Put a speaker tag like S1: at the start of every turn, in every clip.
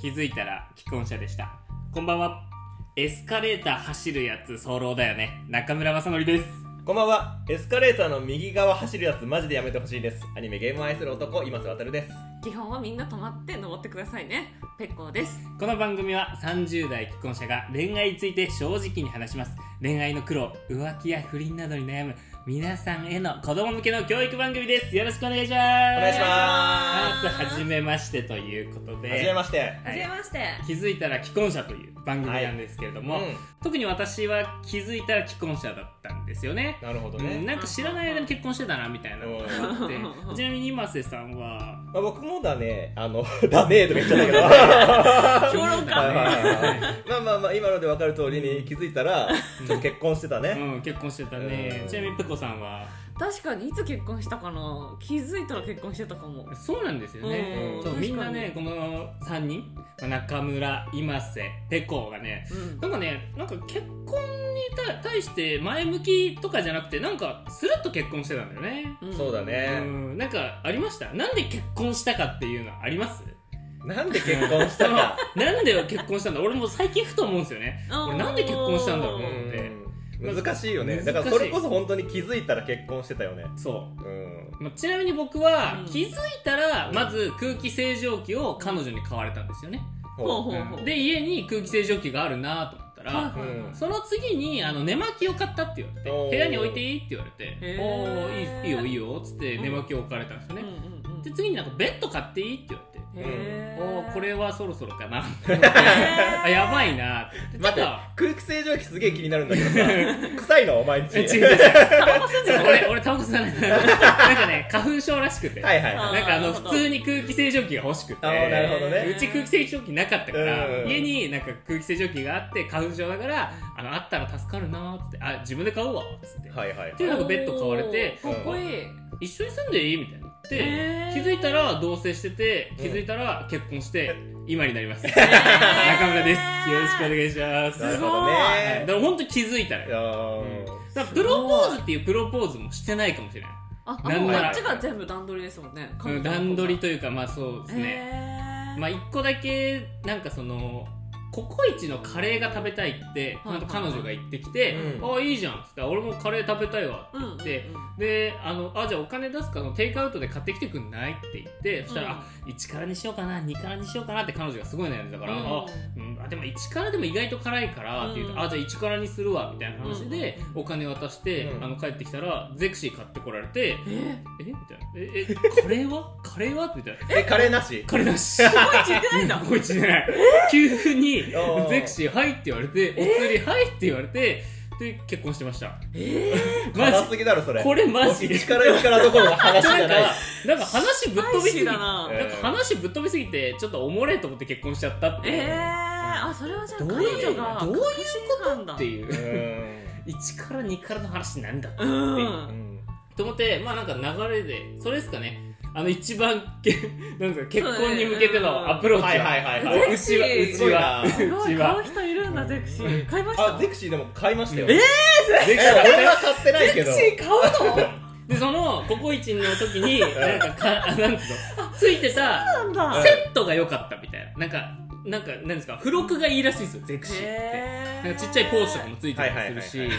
S1: 気づいたら既婚者でしたこんばんはエスカレーター走るやつ早漏だよね中村正則です
S2: こんばんは。エスカレーターの右側走るやつマジでやめてほしいです。アニメゲームを愛する男、今瀬るです。
S3: 基本はみんな止まって登ってくださいねペッコーです
S1: この番組は30代既婚者が恋愛について正直に話します恋愛の苦労浮気や不倫などに悩む皆さんへの子供向けの教育番組ですよろしくお願いしますお
S2: お願いしま。
S1: まずはじめましてということです
S2: はじめまして。
S1: は
S3: はいじめまして
S1: 気づいたら既婚者という番組なんですけれども、
S2: う
S1: 特に私は気づいたら既婚者だったんですよね
S2: ん。なるほど
S1: うん
S2: ね。
S1: なんか知らない間に結婚してたなみたいなのがあっ
S3: う
S1: て
S3: ん
S1: ちなみに今瀬さんは
S2: まあ、僕もだね、あの、 だねーとか言っちゃったけど。は
S3: 評論
S2: いはい
S3: 家
S2: はいはいまあまあまあ、今ので分かる通りに気づいたら、ちょっと結婚してたね。
S1: うん、結婚してたね
S2: うん
S1: ちなみにペコさんは
S3: 確かにいつ結婚したかな気づいたら結婚してたかも
S1: そうなんですよね
S2: うん
S1: そう
S3: 確か
S1: み
S3: に
S1: んなねこの3人中村今瀬ペコがね
S3: うん
S1: なんかねなんか結婚にた対して前向きとかじゃなくてなんかスルッと結婚してたんだよね
S3: うん
S2: そうだ
S1: う
S2: ね。
S1: んなんかありましたなんで結婚したかっていうのあります
S2: なんで結婚した か。
S1: そのなんで結婚したんだ俺も最近ふと思うんですよね
S3: あー
S1: 俺なんで結婚したんだろう
S2: う
S1: うん
S2: ん難しいよね。
S1: 難しい
S2: だからそれこそ本当に気づいたら結婚してたよね。
S1: そう
S2: うん。
S1: まあちなみに僕は
S3: うん
S1: 気づいたら
S2: うん
S1: まず空気清浄機を彼女に買われたんですよね、
S3: ほうほうほう
S1: うんで家に空気清浄機があるなと思った
S3: はい
S1: ら
S3: はいはい
S2: うん
S1: その次にあの寝巻きを買ったって言われて
S2: おー
S1: 部屋に置いていいって言われて
S3: へ
S1: お
S3: ー
S1: おいいいいよいいよっつって寝巻きを置かれたんですよ
S3: うん
S1: ね、
S3: うんうん
S1: で次になんかベッド買っていいって言われて
S3: へ
S1: お
S3: ー
S1: おこれはそろそろかな
S3: へー
S1: あやばいなって
S2: 待って
S1: ちょっと、
S2: 空気清浄機すげえ気になるんだけどさ、臭いのお前んち。
S1: え違う違う 俺俺タバコ吸わないなんかね花粉症らしくて、
S2: はいはいはい。
S1: なんかあの
S3: あーなるほど
S1: 普通に空気清浄機が欲しくて
S2: あーなるほどね
S1: うち空気清浄機なかったから、
S2: うん
S1: 家になんか空気清浄機があって花粉症だからあのあったら助かるなーっつってあ自分で買うわっつって、
S2: はいはいはい。
S1: でなんかベッド買われて
S3: おーかっこいい
S1: 一緒に住んでいいみたいになって、
S3: へー
S1: 気づいたら同棲してて気づいたら結婚して、今になり ます中村ですよろしくお願いします
S2: なる
S1: は
S2: ほど
S1: いだ
S2: ね。
S1: から本当気づいたら
S2: い
S1: よ
S2: や
S1: うん
S2: ー
S1: だからプロポーズっていうプロポーズもしてないかもしれない
S3: あ
S1: な
S3: あ
S1: ん
S3: もう
S1: なら
S3: あっちが全部段取りですもんね
S1: うん段取りというかまあそうですね、
S3: ね
S1: まあ一個だけなんかそのココイチのカレーが食べたいって
S3: はいは
S1: な
S3: い
S1: んか彼女が言ってきて「
S2: うん
S1: ああいいじゃん」っつって「俺もカレー食べたいわ」
S3: うんうんうん
S1: でで「あのあじゃあお金出すからテイクアウトで買ってきてくんない?」って言ってそしたら「
S3: うん
S1: あ1からにしようかな2からにしようかな」って彼女がすごい悩んでたから「
S3: うん
S1: あうん、あでも1からでも意外と辛いからって言うと、
S3: うん
S1: あじゃあ1からにするわみたいな話で
S3: うん
S1: お金渡して、
S2: うん
S1: あの帰ってきたらゼクシー買ってこられて
S3: えー
S1: 「えみたいな「ええカレーはカレーは?」みたいな
S2: え、カレーなし
S1: カレーなし
S3: ココイチ行ってない んだ
S1: ココイチじゃない急に
S2: おー
S1: ゼクシー「はい」って言われてお釣り「はい」って言われてで結婚してました
S3: え
S1: マ
S2: 辛
S1: ジ
S2: すぎだろ、それ。
S1: これマジで
S2: 力よからどころの話じ
S1: な
S2: ゃ
S1: ん
S2: ない
S1: か。なんか話ぶっ飛びすぎ
S3: スパイシーだな
S1: なんか話ぶっ飛びすぎてちょっとおもれえと思って結婚しちゃったっ
S3: ー
S1: ていう、
S3: えーあそれはじゃあ
S1: どう
S3: 彼
S1: いう
S3: 女が
S1: どういう
S3: ことなんだ
S1: っていう
S2: う
S1: 1
S2: ん
S1: から2からの話なんだ
S3: う
S2: うんん
S1: と思ってまあなんか流れでそれですかねあの一番けなんですか結婚に向けてのアプローチ
S2: はいはいはいは
S3: ゼ
S2: い。
S1: う
S3: ク
S1: ち
S3: シ
S1: はうちは
S3: ー
S1: う
S3: すご
S1: ち
S3: い
S1: は
S3: 買う人いるんだゼクシー買いました
S2: あ、ゼクシーでも買いましたよ。
S1: え
S2: ゼクシー俺は買ってないけど。
S3: ゼクシー買うの
S1: でそのココイチの時 になんかかあなんつうのついてた
S3: なん だ
S1: セットが良かったみたいななんかなんかなんですか付録がいいらしいですよゼクシーって
S3: へー
S1: なんかちっちゃいポーチとかもついてたりするし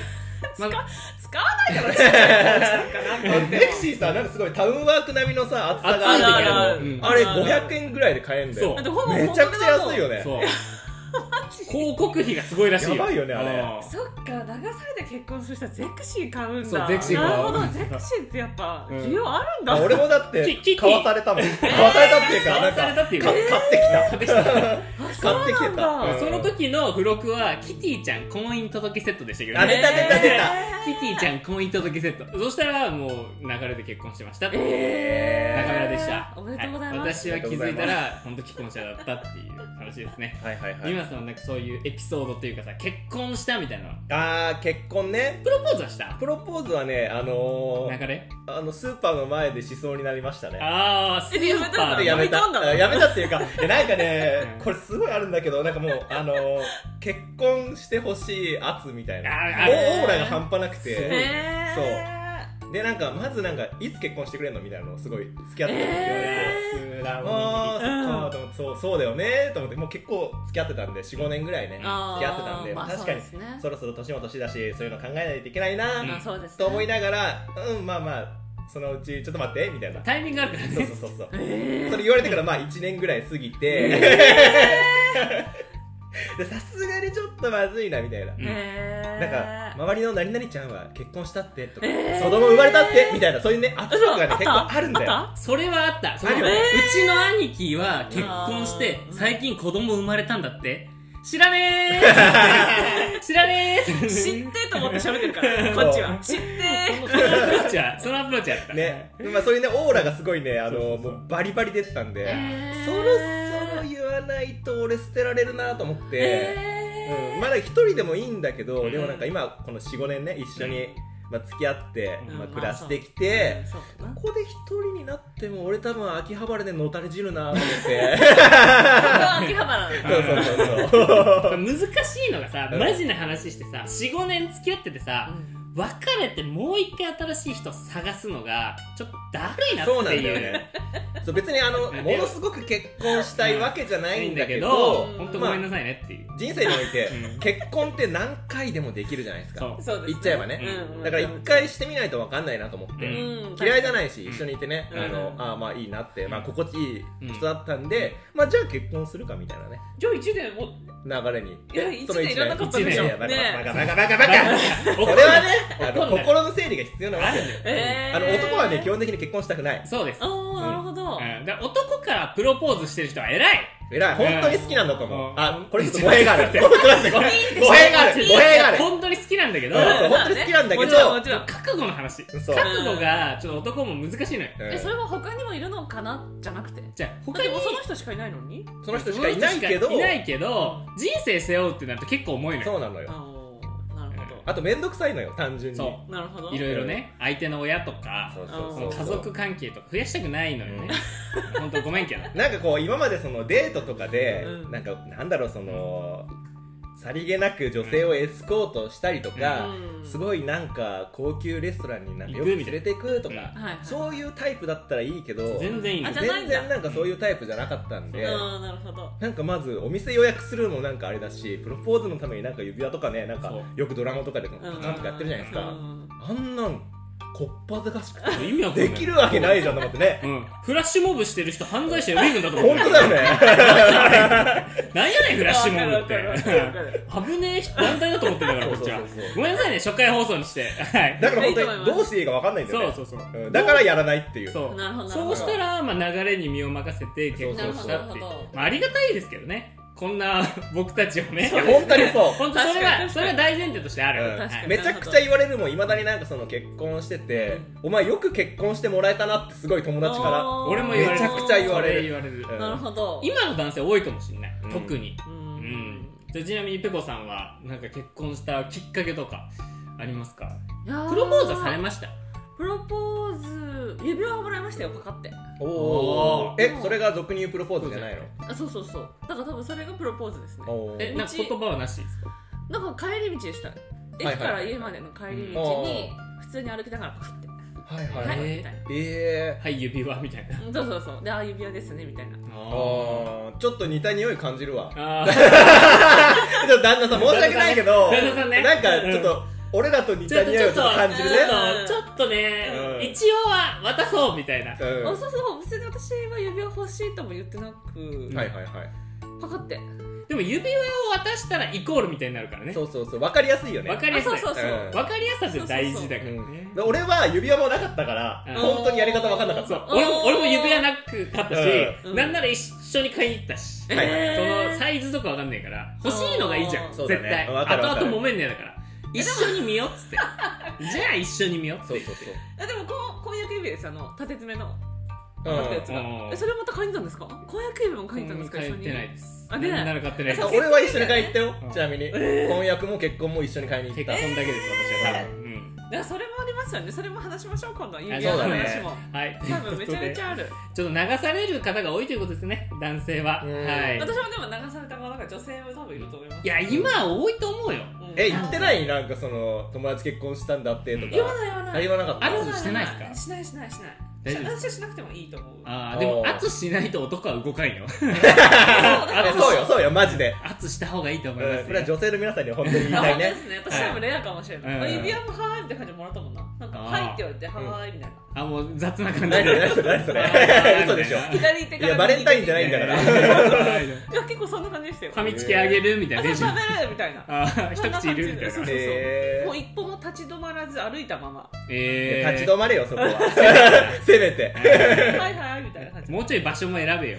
S1: まあ
S3: 使わないからちっちゃいポーチなんかなんか
S2: ゼクシーさ、なんかすごいタウンワーク並みのさ、厚さが
S1: ある
S2: あ
S1: あ
S2: る
S1: る
S2: んだけ
S1: うん
S2: ど、あれ500円ぐらいで買えるんだよ
S1: そ。
S3: だってほぼ
S2: めちゃくちゃ安いよね。
S1: そう広告費がすごいらしいよ
S2: やばいよねあ
S1: う
S2: れ
S1: ん
S3: そっか流されて結婚する人はゼクシー買うんだ
S1: そうゼクシー買う
S3: なるほどゼクシーってやっぱ
S1: うん
S3: 需要あるんだ、
S2: あ俺もだっ
S1: キキ
S2: て
S1: キ
S2: 買わされたもん買わされたっていうかなん
S1: 買わされ
S2: か
S1: たっていうか
S2: か買 ってきた
S3: あ
S2: 買ってきてたう
S3: そうなん
S2: ん
S3: だ
S1: その時の付録はキティちゃん婚姻届セットでしたけど
S2: あ出た出た出た
S1: キティちゃん婚姻届セットそしたらもう流れで結婚してましたっていう
S3: えー
S1: 中村でした。
S3: おめでとうござい
S1: は
S3: ます、
S1: 私は気づいたら、本当既婚者だったっていう話ですね。
S2: はいはいはい
S1: 今さんなんかそういうエピソードっていうかさ、結婚したみたいなの。
S2: あー結婚ね
S1: プロポーズはした
S2: プロポーズはねあのー
S1: 流れ
S2: あのスーパーの前でしそうになりましたね
S1: あー、ス
S3: えでやめ
S1: ー
S3: たん
S1: パ
S3: だ
S1: ー
S2: や
S1: で。
S2: めた
S3: やめたんだ
S2: あやめたっていうかいやなんか
S1: う
S2: ね
S1: ん
S2: これすごいあるんだけどなんかもうあのー結婚してほしい圧みたいな
S1: あーあ
S2: オ
S1: る
S2: ーオーラが半端なく
S1: そう
S2: て
S3: えー、
S2: でなんかまずなんかいつ結婚してくれんのみたいなのをすごい付き合ってたんですよ、
S3: え
S1: スラおに
S2: あ
S1: ぎり
S2: ーそっかと思ってそうそうだよねと思ってもう結構付き合ってたんで45年ぐらいね付き
S3: あー
S2: 合ってたんで、
S3: まあ
S2: 確かに
S3: そうですね
S2: そろそろ年も年だしそういうの考えないといけないな、
S1: うん
S3: まあそうです
S2: と
S3: ね
S2: 思いながらうんまあまあそのうちちょっと待ってみたいな
S1: タイミングあるから
S2: そう
S1: ね
S2: そうそうそう
S3: え
S2: それ言われてからまあ1年ぐらい過ぎて、でさすがにちょっとまずいなみたいな、
S1: ん
S3: ー、え
S2: なんか
S3: ー、
S2: 周りの何々ちゃんは結婚したってとか、
S3: えー
S2: 子供生まれたってみたいなそういうね圧力がね結構あるんだよ
S3: あっ
S1: それはあったその
S2: あるよ
S1: う
S2: ね
S1: ちの兄貴は結婚して
S3: あー
S1: 最近子供生まれたんだって知らねえ知らねえ
S3: た知ってと思って喋ってるから こっちは知って
S1: そのアプローチはそのアプローチあった
S2: ね、まあ、そういうねオーラがすごいねあの
S1: そうそうそう
S2: もうバリバリ出てたんで、
S3: えー
S2: そろそろ言わないと俺捨てられるなと思って、
S3: え
S2: うん、まだ一人でもいいんだけど、
S1: うん
S2: でもなんか今この45年ね一緒に、まあ、付き合って、
S1: うん
S2: まあ、暮らしてき
S3: ー
S2: て、
S3: そうだな
S2: ここで一人になっても俺多分秋葉原でのたれ汁なと思っ て。
S3: ここは秋葉原なんだ
S2: そうそうそうそう。
S1: 難しいのがさ
S2: うん
S1: マジな話してさ45年付き合っててさ、別れてもう一回新しい人探すのがちょっとだるいなっていう
S2: そうなんだよね。そう別にあの
S1: うん
S2: ものすごく結婚したいわけじゃないんだけ
S1: ないん
S2: ど
S1: だけ、
S3: ど
S1: 本当ごめんなさいねっていう、
S2: 人生において
S1: うん
S2: 結婚って何回でもできるじゃないです
S1: そ
S2: か。
S1: う
S3: そうですね
S2: 言っちゃえばね
S3: うん
S2: だから一回してみないとわかんないなと思っ
S1: う
S2: て。
S3: うん
S2: 嫌いじゃ
S3: い
S2: ないし一緒にいてね、
S3: うん
S2: あ
S3: う
S2: の
S3: ん
S2: ああまあいいなって、まあ、心地いい人だったんで、まあ、じゃあ結婚するかみたいなね
S3: じゃあ1年も
S2: 流れに
S3: いや
S2: その
S3: 一年いらなかった
S1: でしょ
S2: 一年いやバカバ
S3: ね
S2: カバカバカバカ
S1: 怒
S2: こ
S1: る
S2: れ はねあ
S1: 怒
S2: の
S1: んない
S2: 心の整理が必要なわけですよ
S3: えー、
S2: あの男はね基本的に結婚したくない
S1: そうです、
S3: ああなるほど、
S1: うん、だから男からプロポーズしてる人は偉い
S2: 偉い本当に好きなのか
S1: う
S2: も
S1: ん
S2: あこれちょっと語弊が ある
S1: ちょ
S2: 語弊がある語弊がある
S1: い
S2: 語
S1: や
S2: 弊がある
S1: 本当に好きなんだけど、
S2: うん
S3: そ
S2: 本
S3: う
S2: 当に好きなんだけど
S3: もちろんもちろん
S1: 覚悟の話覚
S2: そう
S1: 悟がちょっと男も難しいのよ、
S2: うん
S3: えそれは他にもいるのかなじゃなくて
S1: じゃあ
S3: 他
S1: 他に
S3: にもその人しかいないのに
S2: その人しかいないけど
S1: その人しかいないけど人生背負うってなると結構重いのよ
S2: そうなのよ
S3: ああなるほど
S2: あと面倒くさいのよ単純に
S1: そ
S3: なるほど
S1: いろいろね相手の親とか
S2: そうそう
S1: 家
S2: そうそ
S1: 族
S2: う
S1: 関係とか増やしたくないのよね、本当ごめんけど
S2: なんかこう今までそのデートとかで
S3: うん
S2: なんかなんだろうそのさりげなく女性をエスコートしたりとか
S3: うん
S2: すごいなんか高級レストランになんかよく
S1: 行くみ
S2: 連
S1: たいな
S2: れていくと
S1: うん
S2: か
S3: はいはい
S2: そういうタイプだったらいいけど
S1: 全然いいの
S3: あ
S1: よ
S3: じゃあな
S2: 全
S3: いんだ
S2: 然なんかそういうタイプじゃなかったんで
S3: ああなるほど
S2: なんかまずお店予約するのもなんかあれだしプロポーズのためになんか指輪とかねなんか
S1: そう
S2: よくドラマとかでもパカンとかやってるじゃないですか
S3: うん
S2: あんなんこっぱずかし くて
S1: 意味わかんない
S2: できるわけないじゃんと思ってね
S1: うん、フラッシュモブしてる人犯罪者予備軍だと思
S2: 本
S1: う
S2: 当だよね
S1: なんやねんフラッシュモブっ
S3: わかるわかるわか
S1: て
S3: る
S1: 危ねえ人団体だと思ってんだからこっちは
S2: そうそうそうそう
S1: ごめんなさいね初回放送にしてはい
S2: だから本
S3: いいと
S2: 当
S3: 思
S2: に
S3: います
S2: どうしていいかわかんないんだよ
S1: そ
S2: ね
S1: うそうそう
S2: うんだからやらないっていう
S1: そう
S3: なるほどなるほ
S1: そう
S3: ど
S1: したら、まあ、流れに身を任せて結婚したっていう
S3: そうそうそう
S1: まあ、ありがたいですけどねこんな 僕たちをね
S2: いや本当にそう
S1: 本当それ
S3: 確か
S1: は
S3: に
S1: それは大前提としてある、
S2: うん
S1: は
S3: 確か
S1: い
S3: に
S2: めちゃくちゃ言われるもんいまだになんかその結婚しててお前よく結婚してもらえたなってすごい友達から
S1: 俺も言われる
S2: めちゃくちゃ言われる
S1: そ言われる
S2: うん
S3: なるほど
S1: 今の男性多いかもしれない、
S2: うん
S1: 特に
S3: う
S1: うんんじゃあちなみにペコさんはなんか結婚したきっかけとかありますか
S3: いや
S1: プロポーズはされました
S3: プロポーズ指輪をもらいましたよパカって
S2: お
S1: お
S2: ーえそれが俗に言うプロポーズじゃないの
S3: あそうそうそうだから多分それがプロポーズですね
S2: お
S1: え
S2: ー
S1: なんか言葉はなしですか
S3: なんか帰り道でした駅から家までの帰り道に普通に歩きながらパカって
S2: はい
S3: 「
S1: ー
S2: はい、
S3: は」
S2: はいい、
S3: みたいな
S2: え
S1: はい指輪みたいな
S3: うんそうそうそうであ指輪ですねみたいな
S2: ー、あーちょっと似た匂い感じるわ ちょ
S1: あー
S2: っと旦那さん申し訳ないけど
S1: 旦那さんね
S2: なんかちょっと俺らと似た匂いをちょっと感じるね
S1: ちょっとちょっとね、
S2: うん
S1: 一応は渡そうみたいな、
S2: うん
S3: あそうそう別に私は指輪欲しいとも言ってなく
S2: はいはいはい
S3: パカって
S1: でも指輪を渡したらイコールみたいになるからね
S2: そうそうそう分かりやすいよね
S1: わかりやすい
S3: あそうそうそう
S2: うん
S1: わかりやすさって大事だからね、
S2: うんで俺は指輪もなかったから
S1: うん
S2: 本当にやり方分かんなかっ
S1: そ
S2: た
S1: う俺も俺も指輪なく買ったし、
S3: うん
S1: なんなら一緒に買いに行ったし、
S2: んはいはい
S1: その
S3: え
S1: サイズとかわかんないから欲しいのがいいじゃん
S3: あー
S2: そうだね
S1: 絶対
S2: わかるわか
S1: 後
S2: る
S1: 々揉めんねえだから一緒に見ようっつって じゃあ一緒に見ようっつ
S2: そ
S1: っ
S2: う
S1: て
S2: そうそう
S3: ーあでもこう婚約指輪ですあの縦詰めの
S2: う
S3: あったや
S2: ん
S3: つが
S1: うん
S3: えそれまた買いに行ったんですか婚約指輪も買いに行ったんですか一緒
S1: 買ってない
S3: に
S1: です
S3: あね
S1: なんなら買ってないです
S2: そう
S1: 結
S2: 俺は一緒に帰ったよ
S1: うん
S2: ちなみに婚約も結婚も一緒に買いに行った
S1: 婚だけです私は多分、うん
S2: うん
S3: だからそれもありますよねそれも話しましょう今度指輪
S2: そう
S3: の
S2: だね
S3: 話も、
S1: はい、
S3: 多分めちゃめち
S1: ゃ
S3: ゃある
S1: ちょっと流される方が多いということですね男性は、
S2: うん
S1: はい、
S3: 私もでも流された側だから女性も多分いると思います
S1: いや今は多いと思うよ
S3: うん
S2: え言ってないなんかその友達結婚したんだってと
S1: うん
S2: か
S3: 言わない言わ
S2: あ
S3: ない
S2: 言わなかった
S1: あるしてないっすか
S3: 言わしないしないしない
S1: 大丈夫
S3: 私はしなくてもいいと思う
S1: ああでも
S2: おー
S1: 圧しないと男は動かんよ
S2: あれそうよそうよマジで、
S1: 圧した方がいいと
S2: う
S1: 思いま
S2: ん、
S1: す
S2: これは
S1: よ、
S2: 女性の皆さんには本当に言いた
S3: あ本
S2: い
S3: 当で
S2: ね
S3: すね。私多分レアかもしれない。
S1: はいうん
S3: 指輪もはーいみたいな感じでもらったもんな。なんか、
S1: あー
S3: はいって言われて、はーいみたいな。
S1: あもう雑な感じ
S2: 何それ
S1: で
S2: 何それ何そ
S1: あー
S2: れ嘘でしょ
S1: み
S3: 左手
S2: い
S3: から。
S2: やバレンタインじゃ
S3: い。
S2: ないんだから
S1: フ
S3: いや、結構そんな感じでしたよ。
S1: ァミチキあげるみたいな
S3: あそ
S1: で
S3: う
S1: し
S3: 食
S1: ょ
S3: べるみたいな。
S1: あー一口いるみたい
S3: そ
S1: な
S3: んな感じで
S2: え
S3: もう一歩も立ち止まらず歩いたまま。
S1: え
S2: ー、
S1: ー
S2: 立ち止まれよそこはせめて
S3: はいはいみたいな感じ。
S1: もうちょい場所も選 べよ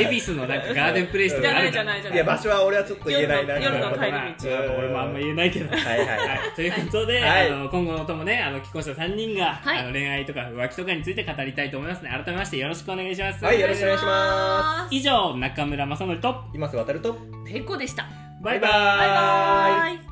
S1: 恵比寿のなんかガーデンプレイスと
S3: じゃ
S1: かあ
S3: な
S1: る
S3: いじゃ
S1: い
S3: ないじゃないい。
S2: や場所は俺はちょっと言えないな
S3: 夜
S1: なる
S3: の夜の
S1: ほどな
S3: 帰り道
S1: まあ俺もあんま言えないけど
S2: はいはいはい
S1: はい、ということで、
S2: はい
S1: あの今後ともねあの既婚者3人が、
S3: はい
S1: あの恋愛とか浮気とかについて語りたいと思いますね改めましてよろしくお願いします、
S2: はいよろしくお願いしま
S1: 以上中村雅則と
S2: 今すぐ渡ると
S3: す。ペコでした。
S1: バイバイ
S2: バイバーイ
S3: バイバイ。